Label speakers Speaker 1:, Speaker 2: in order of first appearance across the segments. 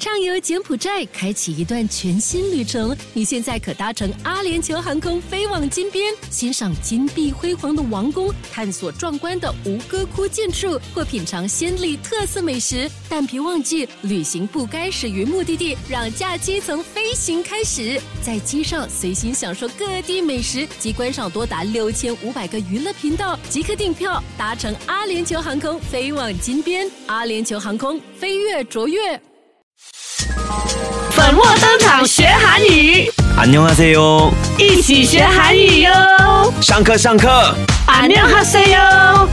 Speaker 1: 畅游柬埔寨，开启一段全新旅程。你现在可搭乘阿联酋航空飞往金边，欣赏金碧辉煌的王宫，探索壮观的吴哥窟建筑，或品尝暹粒特色美食。但别忘记，旅行不该始于目的地，让假期从飞行开始。在机上随心享受各地美食及观赏多达六千五百个娱乐频道，即刻订票搭乘阿联酋航空飞往金边。阿联酋航空，飞跃卓越。
Speaker 2: 粉墨登场学韩语，
Speaker 3: 안녕하세요，
Speaker 2: 一起学韩语哟！
Speaker 3: 上课上课，
Speaker 2: 안녕하세요！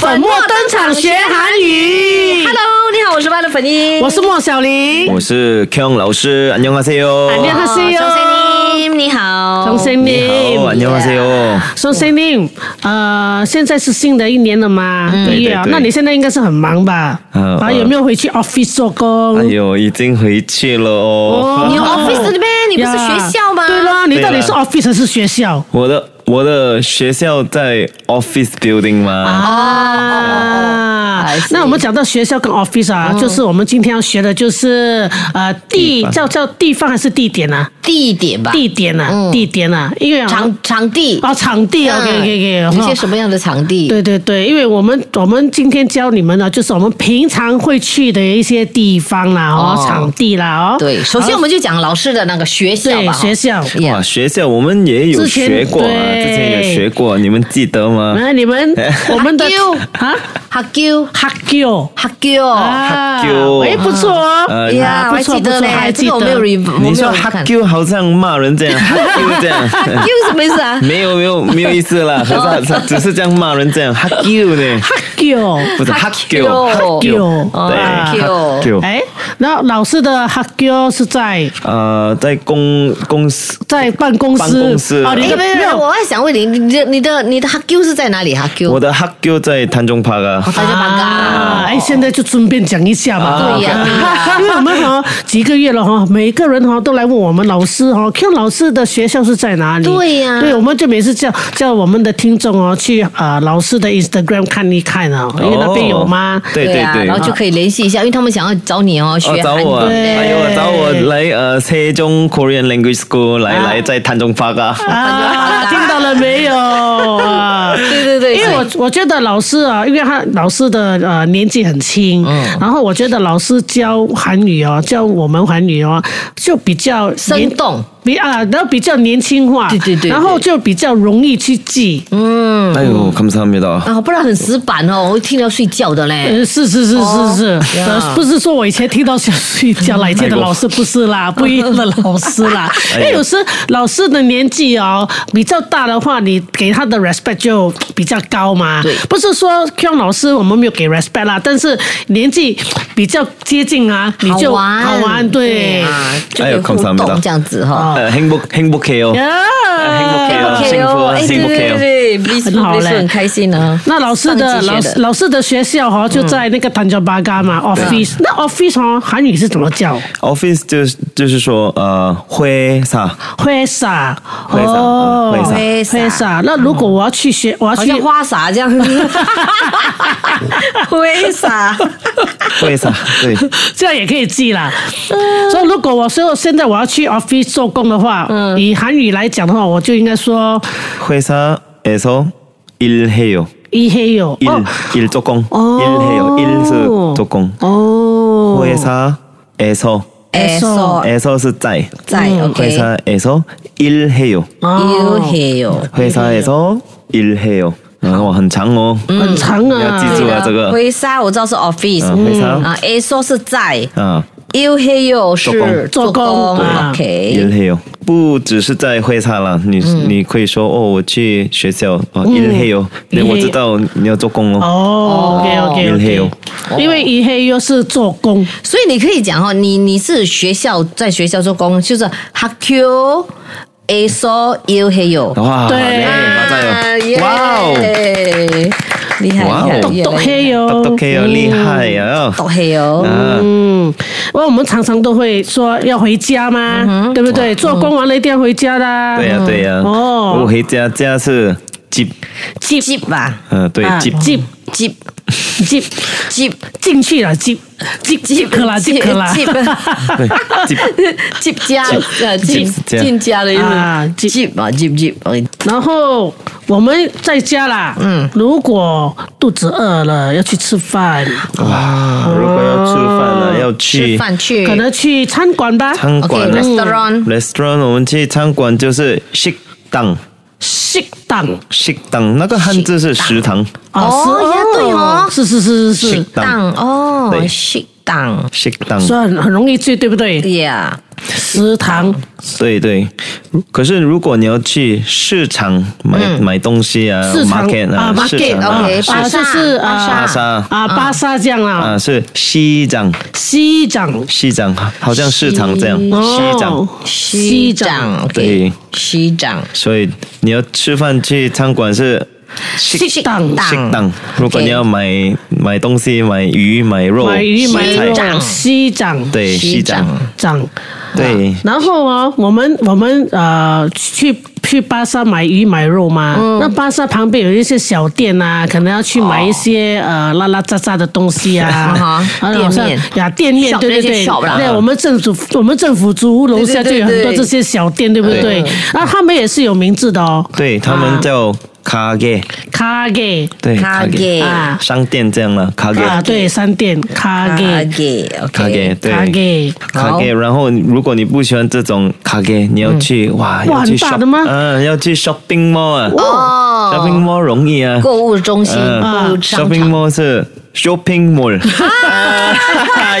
Speaker 2: 粉墨登场学韩语。
Speaker 4: Hello，你好，我是万乐粉哦一，
Speaker 2: 我是莫小玲。
Speaker 3: 我是 Kang 老师，안녕하세
Speaker 2: 안녕
Speaker 3: 요。
Speaker 2: 하세
Speaker 4: 哦
Speaker 2: 요
Speaker 4: 정세님，你好，
Speaker 2: 정쌤
Speaker 3: 你好，안녕하세요。
Speaker 2: 宋 n 宁，呃，现在是新的一年了嘛，
Speaker 4: 嗯
Speaker 2: 一月啊，
Speaker 3: 对对对
Speaker 2: 那你现在应该是很忙吧？
Speaker 3: 嗯
Speaker 2: 啊，
Speaker 3: 嗯
Speaker 2: 有没有回去 office 做工
Speaker 3: 哎？呦，已经回去了哦。
Speaker 2: 哦
Speaker 4: 你有 office 的呗？你不是
Speaker 2: 呀
Speaker 4: 学校吗？
Speaker 2: 对啦，你到底是
Speaker 3: 对啊
Speaker 2: office 还是学校？
Speaker 3: 我的我的学校在 office building 吗？
Speaker 2: 啊
Speaker 4: I see 嗯
Speaker 2: 那我们讲到学校跟 office 啊，就是我们今天要学的就是呃地
Speaker 3: 地方
Speaker 2: 叫叫地方还是地点啊？
Speaker 4: 地点吧，
Speaker 2: 地点啊，
Speaker 4: 嗯
Speaker 2: 地点啊，因为啊
Speaker 4: 场场地。
Speaker 2: 哦场地
Speaker 4: 嗯
Speaker 2: ，OK OK
Speaker 4: 有
Speaker 2: OK，
Speaker 4: 些什么样的场地？
Speaker 2: 对对对，因为我们我们今天教你们呢，就是我们平常会去的一些地方啦，哦，
Speaker 4: 哦
Speaker 2: 场地啦，哦，
Speaker 4: 对，首先我们就讲老师的那个学校
Speaker 2: 对
Speaker 4: 吧，
Speaker 2: 学校。
Speaker 4: Yeah
Speaker 3: 哇，学校我们也有
Speaker 2: 之前
Speaker 3: 学过啊，
Speaker 2: 对
Speaker 3: 之前也学过，你们记得吗？
Speaker 2: 那你 们我们的
Speaker 4: Hakyu
Speaker 2: 啊
Speaker 4: 哈교，
Speaker 2: 哈 Q
Speaker 4: 哈교
Speaker 2: ，Hakyu，
Speaker 3: Hakyu
Speaker 2: 哎，不错哦，
Speaker 3: 呃
Speaker 4: 呀，我还
Speaker 2: 不错
Speaker 4: 记得
Speaker 2: 不错还
Speaker 4: 嘞，
Speaker 2: 记
Speaker 4: 这
Speaker 2: 得
Speaker 4: 个我没有 re，我没
Speaker 3: 你
Speaker 4: 有
Speaker 3: 说呃哈
Speaker 4: 看哈
Speaker 3: Q 好像骂人这 样，哈 Q 这样，
Speaker 4: 교什么意思啊？
Speaker 3: 没有没有没有意思啦，可是只是这样骂人这样，哈 Q 呢？
Speaker 2: 哈 Q。
Speaker 3: 不是哈 Q，
Speaker 4: Hakyu
Speaker 3: 对
Speaker 4: 哦
Speaker 3: 哈 Q，
Speaker 2: 哎，那老师的哈 Q 是在
Speaker 3: 呃，在公公司
Speaker 2: 在办公室，
Speaker 3: 办公室
Speaker 2: 哦，你
Speaker 4: 哎，
Speaker 2: 的
Speaker 4: 没有
Speaker 2: 没
Speaker 4: 没有，
Speaker 2: 有
Speaker 4: 我还想问你，你的你的你的哈교是在哪里？哈교，
Speaker 3: 我的哈 Q 在谭中帕啊，
Speaker 4: 大家把
Speaker 2: 啊，
Speaker 4: 嘎，
Speaker 2: 哎，现在就顺便讲一下吧。
Speaker 4: 对呀对呀
Speaker 2: 因为我们哈几个月了哈，每个人哈都来问我们老师哈，Q 老师的学校是在哪里？
Speaker 4: 对呀
Speaker 2: 对，我们就每次叫叫我们的听众哦去啊老师的 Instagram 看一看啊，因为
Speaker 3: 어.
Speaker 2: 那边有吗？
Speaker 3: 对对
Speaker 4: 啊，
Speaker 3: 对，
Speaker 4: 然后就可以联系一下，因为他们想要找你哦，学
Speaker 3: 哦，找
Speaker 4: 韩
Speaker 3: 我，
Speaker 4: 语。
Speaker 2: 对
Speaker 3: 哎呦，找我来呃，台中 Korean Language School 来来在谭中帕啊，
Speaker 2: 아. 啊，听到了没有？啊，
Speaker 4: 对对对，
Speaker 2: 因为我我觉得老师啊，因为他老师的呃年纪很轻，
Speaker 4: 嗯
Speaker 2: 然后我觉得老师教韩语哦，教我们韩语哦，就比较
Speaker 4: 生
Speaker 2: 年
Speaker 4: 动，
Speaker 2: 比啊，然后比较年轻化，
Speaker 4: 对对对对
Speaker 2: 然后就比较容易去记，
Speaker 4: 嗯
Speaker 3: 哎呦，감사합니다。
Speaker 4: 啊，不然很死板哦，我听到睡觉的嘞。
Speaker 2: 嗯，是是是
Speaker 4: 哦
Speaker 2: 是是，呃不是说我以前听到想睡觉来接的
Speaker 4: 哎
Speaker 2: 老师不是 啦，不一样的老师啦，因为有时老师的年纪哦比较大的话，你给他的 respect 就比较高嘛
Speaker 4: 对，
Speaker 2: 不是说 Q 老师我们没有给 respect 啦，但是年纪比较接近啊，你就
Speaker 4: 好玩，
Speaker 2: 好玩对。
Speaker 4: 啊，就
Speaker 3: 哎
Speaker 4: 可以
Speaker 3: 呦
Speaker 4: 互动
Speaker 3: 감사합니다
Speaker 4: 这样子哈。
Speaker 3: 呃， 아, 행복행복해요，
Speaker 2: 呀
Speaker 3: 啊
Speaker 4: 哎 OK 哦，哎，
Speaker 3: 幸
Speaker 4: 对
Speaker 3: 福哦
Speaker 4: 对对对，Bliss
Speaker 2: 很好
Speaker 4: Bliss
Speaker 2: 嘞
Speaker 4: 很开心啊。
Speaker 2: 那老师的老师
Speaker 4: 上次学的
Speaker 2: 老师的学校哈、就在
Speaker 4: 嗯
Speaker 2: 那个坦加巴嘎嘛，office。那
Speaker 4: 啊
Speaker 2: office 哈、韩语是怎么叫？
Speaker 3: office 就是就是说呃会啥
Speaker 2: 会撒，
Speaker 3: 会撒
Speaker 2: 哦
Speaker 3: 嗯
Speaker 4: 会撒
Speaker 2: 会撒。那如果我要去学，我要
Speaker 4: 嗯好
Speaker 2: 去
Speaker 4: 像花洒 这样，挥洒。
Speaker 3: 会啥，对，
Speaker 2: 这样也可以记啦。
Speaker 4: 嗯
Speaker 2: 所以如果我说现在我要去 office 做工的话，
Speaker 4: 嗯
Speaker 2: 以韩语来讲的话，我就应该说
Speaker 3: 会啥에서일해요，
Speaker 2: 一黑有
Speaker 3: 일
Speaker 2: 哦
Speaker 3: 일조공일해요일是조공，
Speaker 2: 哦，
Speaker 3: 회사에서
Speaker 4: 哎，说
Speaker 3: 에서 어. 是在
Speaker 4: 在 OK，
Speaker 3: 회사에서 일해요.
Speaker 2: 哦
Speaker 4: you here，
Speaker 3: 회사에서 일해요. 아, 와, 很长哦.
Speaker 2: 很长啊，
Speaker 3: 要记住啊这个
Speaker 4: 挥洒我知道是 office，
Speaker 3: 嗯挥洒
Speaker 4: 啊，哎，说是在哎
Speaker 3: 아,
Speaker 4: you here
Speaker 3: 工
Speaker 4: 是
Speaker 2: 做工啊
Speaker 4: OK，
Speaker 3: 일해요. 不只是在会사啦，你-你可以说，哦，我去学校，哦，일해요. 어, 네,
Speaker 2: 일해요.
Speaker 3: 我知道你要做工哦。
Speaker 2: 哦，OK OK
Speaker 3: 一黑
Speaker 2: OK，
Speaker 3: 哟
Speaker 2: 因为一黑又是做工，
Speaker 4: 所以你可以讲哦，你你是学校在学校做工，就是 h a k u a so you here，
Speaker 3: 와,
Speaker 2: 네.
Speaker 3: 네, 맞아요. 예.
Speaker 4: 耶
Speaker 3: 와우.
Speaker 4: 厉害
Speaker 3: 哇哦
Speaker 4: 厉害，
Speaker 3: 똑똑
Speaker 4: 越
Speaker 2: 똑
Speaker 4: 来越
Speaker 2: 黑哟，
Speaker 3: 똑똑해요.
Speaker 2: 嗯
Speaker 3: 厉害呀.啊
Speaker 4: 懂黑哦。
Speaker 3: 아,
Speaker 2: 嗯，我我们常常都会说要回家嘛，
Speaker 4: 嗯
Speaker 2: 对不对？做工完了一定要回家啦。
Speaker 3: 嗯
Speaker 2: 哦
Speaker 3: 对呀,对呀.
Speaker 2: 어.
Speaker 3: 我回家,家是집.
Speaker 2: 接
Speaker 4: 집吧，
Speaker 3: 어, 对,
Speaker 2: 啊
Speaker 3: 집.
Speaker 2: 接
Speaker 4: 집
Speaker 3: 嗯
Speaker 2: jeep
Speaker 4: 接
Speaker 2: 进去了 jeep jeep jeep 可啦 jeep 可啦，
Speaker 4: 接
Speaker 3: 对，接
Speaker 4: 接家呃进
Speaker 3: 接
Speaker 4: 进家的意
Speaker 2: 啊
Speaker 4: 思，接啊接接，
Speaker 2: 然后我们在家啦，嗯，如果肚子饿了要去吃饭，
Speaker 3: 哇！啊如果要吃饭了，要去
Speaker 4: 吃饭去，
Speaker 2: 可能去餐馆吧，
Speaker 3: 餐馆
Speaker 4: OK
Speaker 3: 了。
Speaker 4: restaurant
Speaker 3: restaurant 我们去餐馆就是食堂，
Speaker 2: 适当
Speaker 3: 食堂那个汉字是食堂，
Speaker 2: 啊，
Speaker 4: 哦
Speaker 2: 是
Speaker 4: 呀对哦
Speaker 2: 是是是是是
Speaker 3: 是。
Speaker 4: 档哦，
Speaker 3: 对
Speaker 4: 适当
Speaker 3: 食堂，
Speaker 2: 所以很很容易醉，对不对？
Speaker 4: 呀，
Speaker 2: 食堂
Speaker 3: 对对。可是如果你要去市场买买东西啊
Speaker 2: 市场
Speaker 3: ，market 啊，
Speaker 2: 啊
Speaker 3: 市场嗯
Speaker 4: OK，
Speaker 3: 啊，
Speaker 4: 巴
Speaker 2: 啊，
Speaker 4: 萨
Speaker 2: 就是
Speaker 4: 巴
Speaker 3: 萨
Speaker 2: 啊啊，巴萨这样啊，
Speaker 3: 啊是西藏，
Speaker 2: 西藏
Speaker 3: 西藏好像市场这样，西藏
Speaker 2: 哦。，西藏
Speaker 4: 长
Speaker 3: 对
Speaker 4: 西长
Speaker 3: 所以你要吃饭去餐馆是食
Speaker 2: 西藏
Speaker 4: 档
Speaker 3: 食堂。如果你要买买东西，买鱼、买肉、
Speaker 2: 买鱼
Speaker 3: 蔬
Speaker 2: 买
Speaker 3: 菜
Speaker 2: 肉
Speaker 4: 西藏，
Speaker 2: 西藏
Speaker 3: 对西藏，
Speaker 2: 藏。
Speaker 4: 嗯
Speaker 3: 对
Speaker 2: 然后啊，我们我们呃去去巴萨买鱼买肉嘛，
Speaker 4: 嗯
Speaker 2: 那巴萨旁边有一些小店啊，可能要去买一些、呃拉拉杂杂的东西啊
Speaker 4: 哦 啊哈，
Speaker 2: 然后好像
Speaker 4: 店面
Speaker 2: 呀店面
Speaker 4: Shop，
Speaker 2: 对对
Speaker 4: 那
Speaker 2: 对，
Speaker 4: 些 shop 啦
Speaker 2: 对我们政府我们政府租屋楼下就
Speaker 4: 对对对
Speaker 2: 有很多
Speaker 4: 对
Speaker 2: 这些小店，对不对
Speaker 3: 对？
Speaker 2: 那他们也是有名字的哦，
Speaker 3: 对他
Speaker 2: 아.
Speaker 3: 们叫卡给，
Speaker 2: 卡给
Speaker 3: 对
Speaker 4: 卡给
Speaker 2: 啊
Speaker 3: 商店这样了，卡给
Speaker 2: 啊，对，商店卡
Speaker 4: 啊
Speaker 2: 给
Speaker 4: 给
Speaker 3: 卡给，对
Speaker 2: 卡给。
Speaker 3: 卡给。然后如果你不喜欢这种卡给，你要去哇，要去
Speaker 2: 很大
Speaker 3: shop，
Speaker 2: 的吗
Speaker 3: 嗯，要去 shopping mall 啊
Speaker 4: 哦
Speaker 3: ，shopping mall 容易啊，
Speaker 4: 购物中心
Speaker 3: 嗯
Speaker 4: 购物商
Speaker 3: ，shopping
Speaker 4: 场。
Speaker 3: mall 是 shopping mall，啊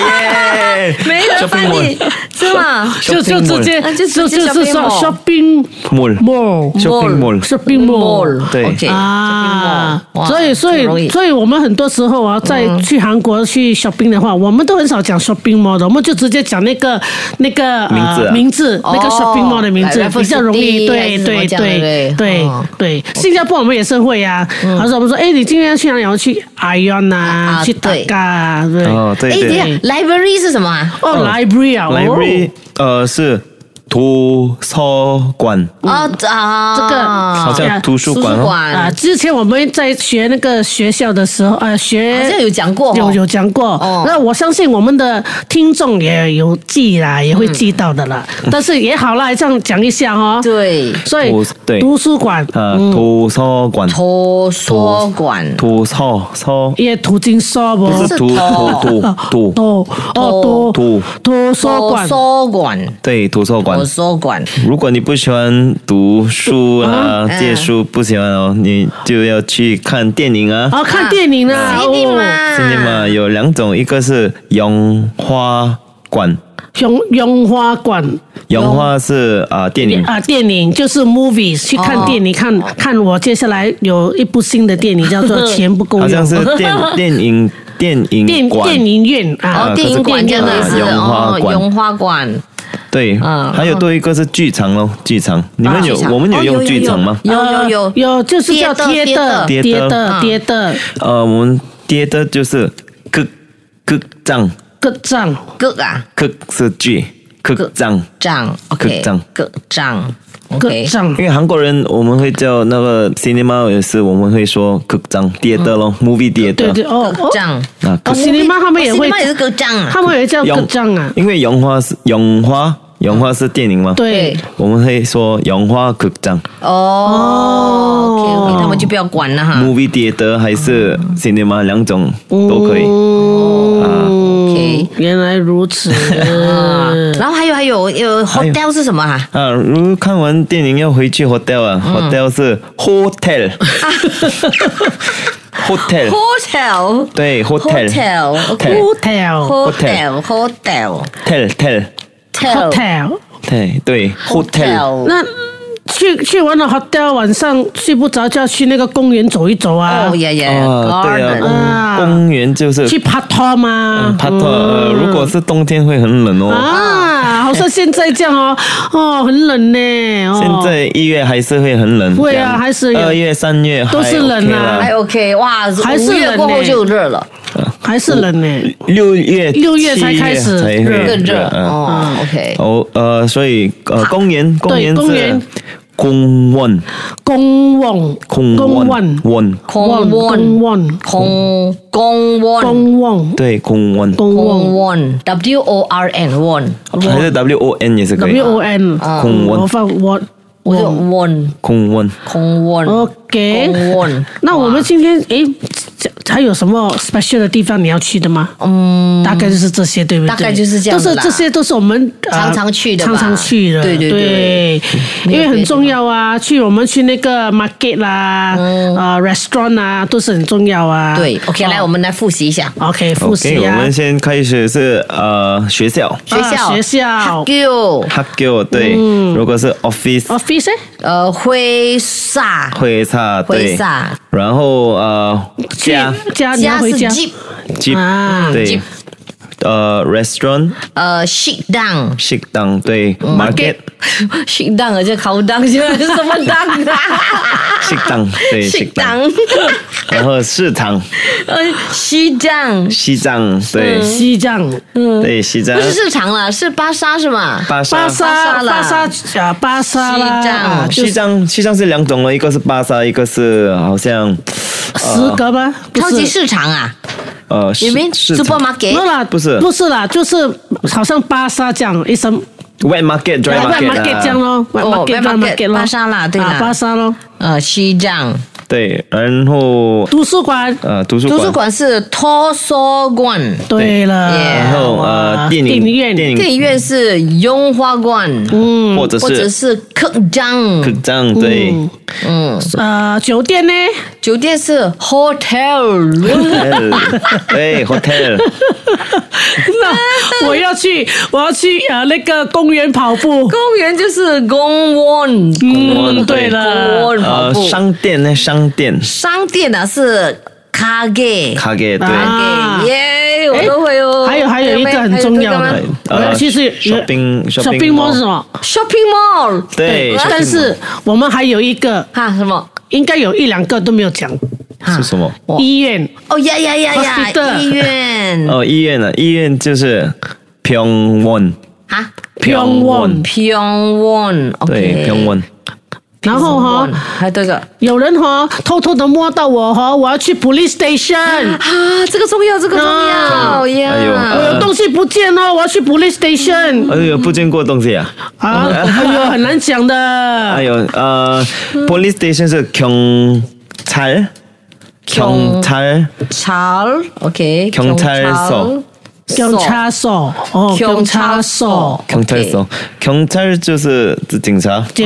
Speaker 3: 耶，
Speaker 4: 没人
Speaker 3: shopping
Speaker 4: 翻
Speaker 3: mall
Speaker 4: 译是吗？
Speaker 2: 就就
Speaker 3: Shopping
Speaker 2: 直
Speaker 3: mall
Speaker 2: 接
Speaker 4: 啊就直
Speaker 2: 就
Speaker 4: 接
Speaker 2: 就是
Speaker 4: shopping
Speaker 2: 说
Speaker 4: mall
Speaker 2: shopping
Speaker 3: mall
Speaker 2: mall
Speaker 3: shopping mall
Speaker 4: Mall
Speaker 2: shopping mall。
Speaker 3: 对
Speaker 4: OK，
Speaker 2: 啊
Speaker 4: shopping mall，哇
Speaker 2: 所以所
Speaker 4: 很容易嗯
Speaker 2: 以所以我们很多时候啊，在去韩国去 shopping 的话，我们都很少讲 shopping mall 的，我们就直接讲那个那个呃
Speaker 3: 名字啊
Speaker 2: 名字
Speaker 4: 哦
Speaker 2: 那个 shopping mall 的名字
Speaker 4: 来，Raffles
Speaker 2: 比较容
Speaker 4: City
Speaker 2: 易。对
Speaker 4: 还是什么
Speaker 2: 对
Speaker 4: 这样的
Speaker 2: 对
Speaker 4: 对
Speaker 2: 对
Speaker 4: 哦嗯
Speaker 2: 对，新加坡我们也是会啊，好像我们说，哎，你今天要去哪里？我去 Ion 啊，
Speaker 4: 啊
Speaker 2: 去
Speaker 4: 对
Speaker 2: Taka 啊，对。
Speaker 3: 哦，对
Speaker 4: 哎，等一
Speaker 3: 对
Speaker 4: 下。，library 是什么啊？
Speaker 2: 哦，library 啊哦
Speaker 3: library 呃是图书馆，
Speaker 4: 哦啊，
Speaker 2: 这个
Speaker 3: 好像图书馆
Speaker 4: 图书
Speaker 3: 哦，
Speaker 4: 馆
Speaker 2: 啊，
Speaker 4: 好
Speaker 2: 之前我们在学那个学校的时候，呃，学
Speaker 4: 像有讲过哦，
Speaker 2: 有有讲过。
Speaker 4: 哦
Speaker 2: 那我相信我们的听众也有记啦，也会记到的啦。
Speaker 4: 嗯
Speaker 2: 但是也好啦，这样讲一下 哦。
Speaker 4: 对
Speaker 2: 所以
Speaker 3: 图对
Speaker 2: 图书馆嗯
Speaker 3: 呃图书馆，
Speaker 4: 图书馆
Speaker 3: 图书书
Speaker 2: 也途经说不？
Speaker 3: 不是图图图图，
Speaker 2: 图哦图
Speaker 3: 图
Speaker 2: 图书馆
Speaker 4: 图书馆
Speaker 3: 对图书馆
Speaker 4: 图。书馆
Speaker 3: 如果你不喜欢读书啊
Speaker 4: 嗯，
Speaker 3: 借书不喜欢哦，你就要去看电影啊。
Speaker 2: 啊，看电影啊，
Speaker 4: 一定
Speaker 2: 哦，
Speaker 4: 嘛，
Speaker 3: 今天嘛有两种，一个是樱花馆，
Speaker 2: 樱樱花馆。
Speaker 3: 樱花是啊电影，
Speaker 2: 啊，电影就是 movies 去
Speaker 4: 哦
Speaker 2: 看电影，看看我接下来有一部新的电影叫做 《钱不够用
Speaker 3: 好》，像是电电影电
Speaker 2: 电
Speaker 3: 影馆
Speaker 2: 电影院啊，
Speaker 4: 哦，
Speaker 3: 啊
Speaker 4: 电影馆
Speaker 2: 可
Speaker 4: 这
Speaker 2: 是电
Speaker 4: 样的意
Speaker 2: 影
Speaker 4: 思
Speaker 3: 啊
Speaker 4: 哦，
Speaker 3: 樱花馆
Speaker 4: 樱花馆，
Speaker 3: 对，
Speaker 4: 嗯
Speaker 3: 还有多一个是剧场咯，剧场，你们有
Speaker 4: 剧场
Speaker 3: 我们
Speaker 4: 哦
Speaker 3: 有
Speaker 4: 有
Speaker 3: 用
Speaker 4: 有
Speaker 3: 剧场吗？
Speaker 4: 有有有
Speaker 2: 呃有，就是叫贴的
Speaker 3: 贴的
Speaker 2: 贴的贴
Speaker 4: 贴
Speaker 2: 的
Speaker 3: 呃，我们接的就是극 극 장，
Speaker 2: 个账
Speaker 4: 各啊
Speaker 3: 극是剧，극 장，
Speaker 4: 长，OK，
Speaker 3: 各长
Speaker 4: 各长
Speaker 2: 个
Speaker 4: ，OK，
Speaker 2: 账
Speaker 3: 因为韩国人我们会叫那个 cinema 也是我们会说극
Speaker 4: 嗯
Speaker 3: 장，接的咯，movie 接的
Speaker 2: 对，对哦
Speaker 4: 各
Speaker 2: 哦，
Speaker 4: 长，
Speaker 3: 啊，
Speaker 2: 哦，cinema 他们也会
Speaker 4: 哦，cinema 也是各长啊，
Speaker 2: 他们也叫
Speaker 3: 영
Speaker 2: 그账啊，
Speaker 3: 因为영화是영화영화是电影
Speaker 4: 嗯
Speaker 3: 嘛，，
Speaker 2: 对
Speaker 4: 对。
Speaker 3: 我们会说영화극 장。
Speaker 4: 哦，OK OK，他们就不要管了哈
Speaker 3: movie theater 还是
Speaker 4: 嗯
Speaker 3: cinema 两种都可以。
Speaker 4: 哦
Speaker 2: 嗯
Speaker 4: OK
Speaker 2: 原来如此。
Speaker 4: 啊。然后还有还有有 hotel 是什么啊？
Speaker 3: 啊，如果看完电影要回去 hotel 啊、h
Speaker 4: 嗯
Speaker 3: o t e l 是 hotel，hotel hotel,
Speaker 4: hotel
Speaker 3: 对 hotel
Speaker 4: hotel
Speaker 3: hotel
Speaker 2: Hotel
Speaker 4: hotel hotel
Speaker 3: hotel hotel
Speaker 4: hotel
Speaker 2: hotel，
Speaker 3: 对对 hotel
Speaker 2: 那去去完了 hotel，晚上睡不着觉，去那个公园走一走啊
Speaker 4: 哦，耶耶
Speaker 3: 啊，对啊，公、
Speaker 4: garden
Speaker 2: 啊
Speaker 3: 公园就是
Speaker 2: 去 p a t o 嘛
Speaker 3: 帕特、呃如果是冬天会很冷哦。
Speaker 2: 啊，好像现在这样哦，哦，很冷呢。哦
Speaker 3: 现在一月还是会很冷，
Speaker 2: 会啊还是有
Speaker 3: 二月、三月
Speaker 2: 都是冷啊
Speaker 3: 啊。
Speaker 4: 还 OK 哇，
Speaker 2: 还是
Speaker 4: 五月
Speaker 2: 冷
Speaker 4: 过后
Speaker 2: 呢
Speaker 4: 就热了，
Speaker 2: 还是冷呢。
Speaker 3: 六月、
Speaker 2: 六月才
Speaker 3: 七
Speaker 2: 开始
Speaker 3: 才会
Speaker 2: 热
Speaker 4: 更热
Speaker 3: 嗯
Speaker 4: 哦，OK。
Speaker 3: 哦，呃，所以呃，公园，公
Speaker 2: 对
Speaker 3: 园
Speaker 2: 公
Speaker 3: 是
Speaker 2: 园
Speaker 3: 公问
Speaker 2: 公旺
Speaker 3: 公问问，
Speaker 4: 空
Speaker 2: 公
Speaker 4: won
Speaker 2: 旺
Speaker 4: 空公 won
Speaker 2: 公旺
Speaker 3: 对公问，
Speaker 2: 公
Speaker 4: 空
Speaker 2: 旺
Speaker 4: won W O R N won
Speaker 3: 还是 W O N 也是可以
Speaker 2: W，O N
Speaker 3: 公
Speaker 2: 我
Speaker 3: 问
Speaker 2: 放 what
Speaker 4: 我就 won
Speaker 3: 公问。
Speaker 4: 空
Speaker 2: 哦
Speaker 4: won
Speaker 2: OK
Speaker 4: 公旺。
Speaker 2: 那我们今天诶，这这还有什么 special 的地方你要去的吗？嗯，大概就是这些，对不对？
Speaker 4: 大概就是这样
Speaker 2: 都
Speaker 4: 的
Speaker 2: 是
Speaker 4: 啦
Speaker 2: 这些，都是我们呃
Speaker 4: 常常去的吧
Speaker 2: 常常去的，
Speaker 4: 对
Speaker 2: 对
Speaker 4: 对对
Speaker 2: 因为很重要啊，去我们去那个 market 啦，呃 restaurant 啊，都是很重要啊。
Speaker 4: 嗯对，OK，
Speaker 2: 哦
Speaker 4: 来我们来复习一下
Speaker 2: OK 复
Speaker 3: OK，
Speaker 2: 习
Speaker 3: 我
Speaker 2: 啊
Speaker 3: 们，先开始是呃学校
Speaker 4: 学校
Speaker 2: 啊学校
Speaker 4: Q
Speaker 3: h a k y 对，如果是 office
Speaker 2: office 诶
Speaker 4: 呃挥洒
Speaker 3: 会差
Speaker 4: 挥
Speaker 3: 对，
Speaker 4: 洒
Speaker 3: 然后呃
Speaker 2: 去
Speaker 3: 家
Speaker 2: 家你要
Speaker 4: 家
Speaker 2: 回
Speaker 4: 是
Speaker 2: 家
Speaker 4: Jeep
Speaker 2: 啊
Speaker 3: jeep 对
Speaker 4: jeep，
Speaker 3: 呃 restaurant
Speaker 4: 呃 shit down
Speaker 3: 食堂对 market
Speaker 4: shit down 而且 cow down 现在是什么 down 啊？
Speaker 3: 食堂对食
Speaker 4: sit
Speaker 3: 堂，
Speaker 4: down
Speaker 3: 然后市场
Speaker 4: 呃西 藏
Speaker 3: 西藏对
Speaker 2: 西藏
Speaker 3: 对西藏
Speaker 4: 不是市场了，是巴沙是吗？
Speaker 3: 巴
Speaker 2: 巴
Speaker 3: 沙。
Speaker 2: 沙巴
Speaker 4: 巴沙啦
Speaker 2: 沙啊巴沙啦
Speaker 4: 西藏
Speaker 2: 啊就
Speaker 3: 西
Speaker 2: 是
Speaker 3: 藏西藏是两种了，一个是巴沙，一个是好像
Speaker 2: 十格吗？不
Speaker 4: 超
Speaker 2: 是
Speaker 4: 级市场啊
Speaker 3: 呃
Speaker 4: ，you
Speaker 3: 市
Speaker 4: mean
Speaker 3: 市场
Speaker 2: no
Speaker 4: supermarket？
Speaker 2: 啦，
Speaker 3: 不是
Speaker 2: 不是啦，就是好像巴沙这样一声
Speaker 3: wet market
Speaker 4: 아,
Speaker 3: dry
Speaker 2: wet
Speaker 3: market 아. 啊
Speaker 2: market 这样咯，wet
Speaker 4: 哦
Speaker 2: market
Speaker 4: wet
Speaker 2: dry
Speaker 4: market，
Speaker 2: market 咯，
Speaker 4: 巴沙啦对啦
Speaker 2: 啊巴沙咯，
Speaker 4: 呃，西藏
Speaker 3: 对，然后
Speaker 2: 图书馆，
Speaker 3: 呃图书
Speaker 4: 图
Speaker 3: 馆，
Speaker 4: 书馆是 t o s o g u a n
Speaker 2: 对了，
Speaker 3: 然
Speaker 4: Yeah
Speaker 3: 后
Speaker 2: 哇
Speaker 3: 呃电影
Speaker 2: 电影院
Speaker 4: 电影院是樱花馆，
Speaker 3: 影或者
Speaker 4: 或者
Speaker 3: 是
Speaker 4: 是 k
Speaker 3: 可
Speaker 4: j
Speaker 3: 这样对，
Speaker 2: 呃酒店呢，
Speaker 4: 酒店是 hotel，
Speaker 3: hotel，对 hotel
Speaker 2: 那我要去我要去呃那个公园跑步，
Speaker 4: 公园就是 g o n w o n
Speaker 2: 嗯，对了，
Speaker 4: 公园跑
Speaker 3: 呃
Speaker 4: 步。
Speaker 3: 商店呢商店
Speaker 4: 商店呢是 kage，
Speaker 3: 卡给对。
Speaker 4: 아,
Speaker 2: 啊
Speaker 4: 耶，我都会哦。
Speaker 2: 哎还有还有一个很重要
Speaker 4: 还有
Speaker 2: 的
Speaker 4: 这个吗，
Speaker 2: 我
Speaker 3: 呃
Speaker 2: 要去是
Speaker 3: shopping- shopping
Speaker 2: shopping mall
Speaker 3: mall
Speaker 2: 是什么？
Speaker 4: shopping mall，
Speaker 3: 对
Speaker 4: 啊
Speaker 3: shopping
Speaker 2: 但是我们还有一个，
Speaker 4: 哈什么？
Speaker 2: 应该有一两个都没有讲，
Speaker 3: 是什么？
Speaker 4: 哦
Speaker 2: 医院
Speaker 4: 哦呀呀呀呀，
Speaker 2: Hospital
Speaker 4: 医 院
Speaker 3: 哦，医院呢？医院就是 Pyong Won，
Speaker 4: 啊
Speaker 2: Pyong Won。
Speaker 4: ，Pyong Won，
Speaker 3: 对 Pyong Won，
Speaker 2: 然后哈、
Speaker 4: 还有这个啊，
Speaker 2: 有人哈、偷偷的摸到我哈、我要去 police station，、
Speaker 4: 啊这个重要，这个重
Speaker 2: 啊
Speaker 4: 要
Speaker 3: 哎呦
Speaker 2: 我
Speaker 4: 呀。
Speaker 2: 有东西不见了，我要去 police station、
Speaker 3: 哎呦，不见过东西啊！
Speaker 2: 啊，哎呦，很难讲的。
Speaker 3: 哎呦，呃，police 어, station 是 Kyong 찰，Kyong 찰，
Speaker 4: 查 OK，
Speaker 3: 경찰서
Speaker 2: 警察所哦，警察所，
Speaker 3: 경찰서，경찰就是指警察，
Speaker 2: 对，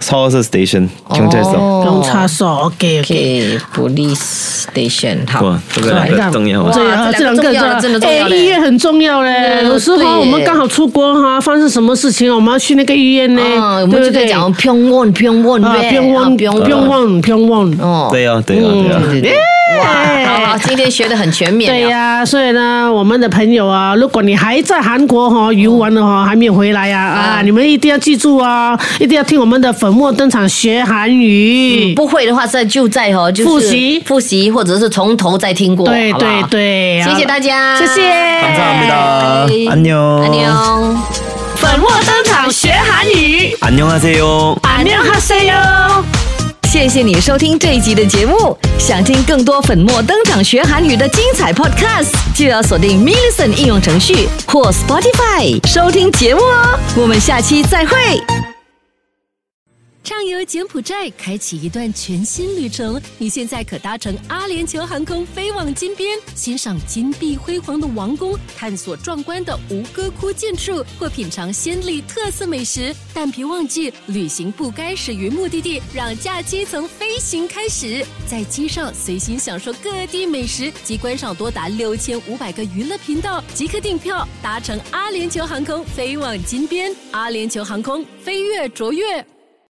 Speaker 3: 서是 station，경찰서。
Speaker 2: 警察所，OK OK。
Speaker 4: OK police station 好
Speaker 3: 哇，，这个
Speaker 2: 아,
Speaker 3: 两个重要啊
Speaker 4: 哇！
Speaker 2: 这
Speaker 4: 这
Speaker 2: 这
Speaker 4: 两
Speaker 2: 两个
Speaker 4: 个重要真的重要
Speaker 2: 哎
Speaker 4: 嘞
Speaker 2: 医院很重要嘞。
Speaker 4: 嗯
Speaker 2: 有时候我
Speaker 4: 对
Speaker 2: 们
Speaker 4: 耶
Speaker 2: 刚好出国哈、发生什么事情，我们要去那个医院呢，
Speaker 4: 嗯，我们
Speaker 2: 对不
Speaker 4: 就可以
Speaker 2: 对？
Speaker 4: 讲不用问，不用问，
Speaker 2: 啊，不用问，
Speaker 4: 不
Speaker 2: 不
Speaker 4: 用
Speaker 2: 用
Speaker 4: 问，
Speaker 2: 问，不用问。
Speaker 4: 哦，
Speaker 3: 对啊，对啊，对
Speaker 2: 음.
Speaker 3: 啊。
Speaker 4: 对对，哇，好好，今天学的很全面，
Speaker 2: 对、呀、所以呢，我们的朋友啊，如果你还在韩国哈、游玩的哈、还没有回来呀啊
Speaker 4: 嗯
Speaker 2: 你们一定要记住啊、一定要听我们的粉墨登场学韩语。
Speaker 4: 嗯不会的话再就在哦，就是
Speaker 2: 复习
Speaker 4: 复习，或者是从头再听过，
Speaker 2: 对
Speaker 4: 好不
Speaker 2: 对
Speaker 4: 好，
Speaker 2: 对，啊
Speaker 4: 谢谢大家，
Speaker 2: 谢谢，
Speaker 3: 감사합니다안녕
Speaker 4: 安妞。
Speaker 2: 粉墨登场学韩语，
Speaker 3: 안녕하세요。
Speaker 2: 안녕하세요。
Speaker 5: 谢谢你收听这一集的节目。想听更多粉墨登场学韩语的精彩 podcast，就要锁定 m i l l i c e n 应用程序或 Spotify 收听节目哦。我们下期再会。
Speaker 1: 畅游柬埔寨，开启一段全新旅程。你现在可搭乘阿联酋航空飞往金边，欣赏金碧辉煌的王宫，探索壮观的吴哥窟建筑，或品尝暹粒特色美食。但别忘记，旅行不该始于目的地，让假期从飞行开始。在机上随心享受各地美食及观赏多达六千五百个娱乐频道。即刻订票，搭乘阿联酋航空飞往金边，阿联酋航空飞跃卓越。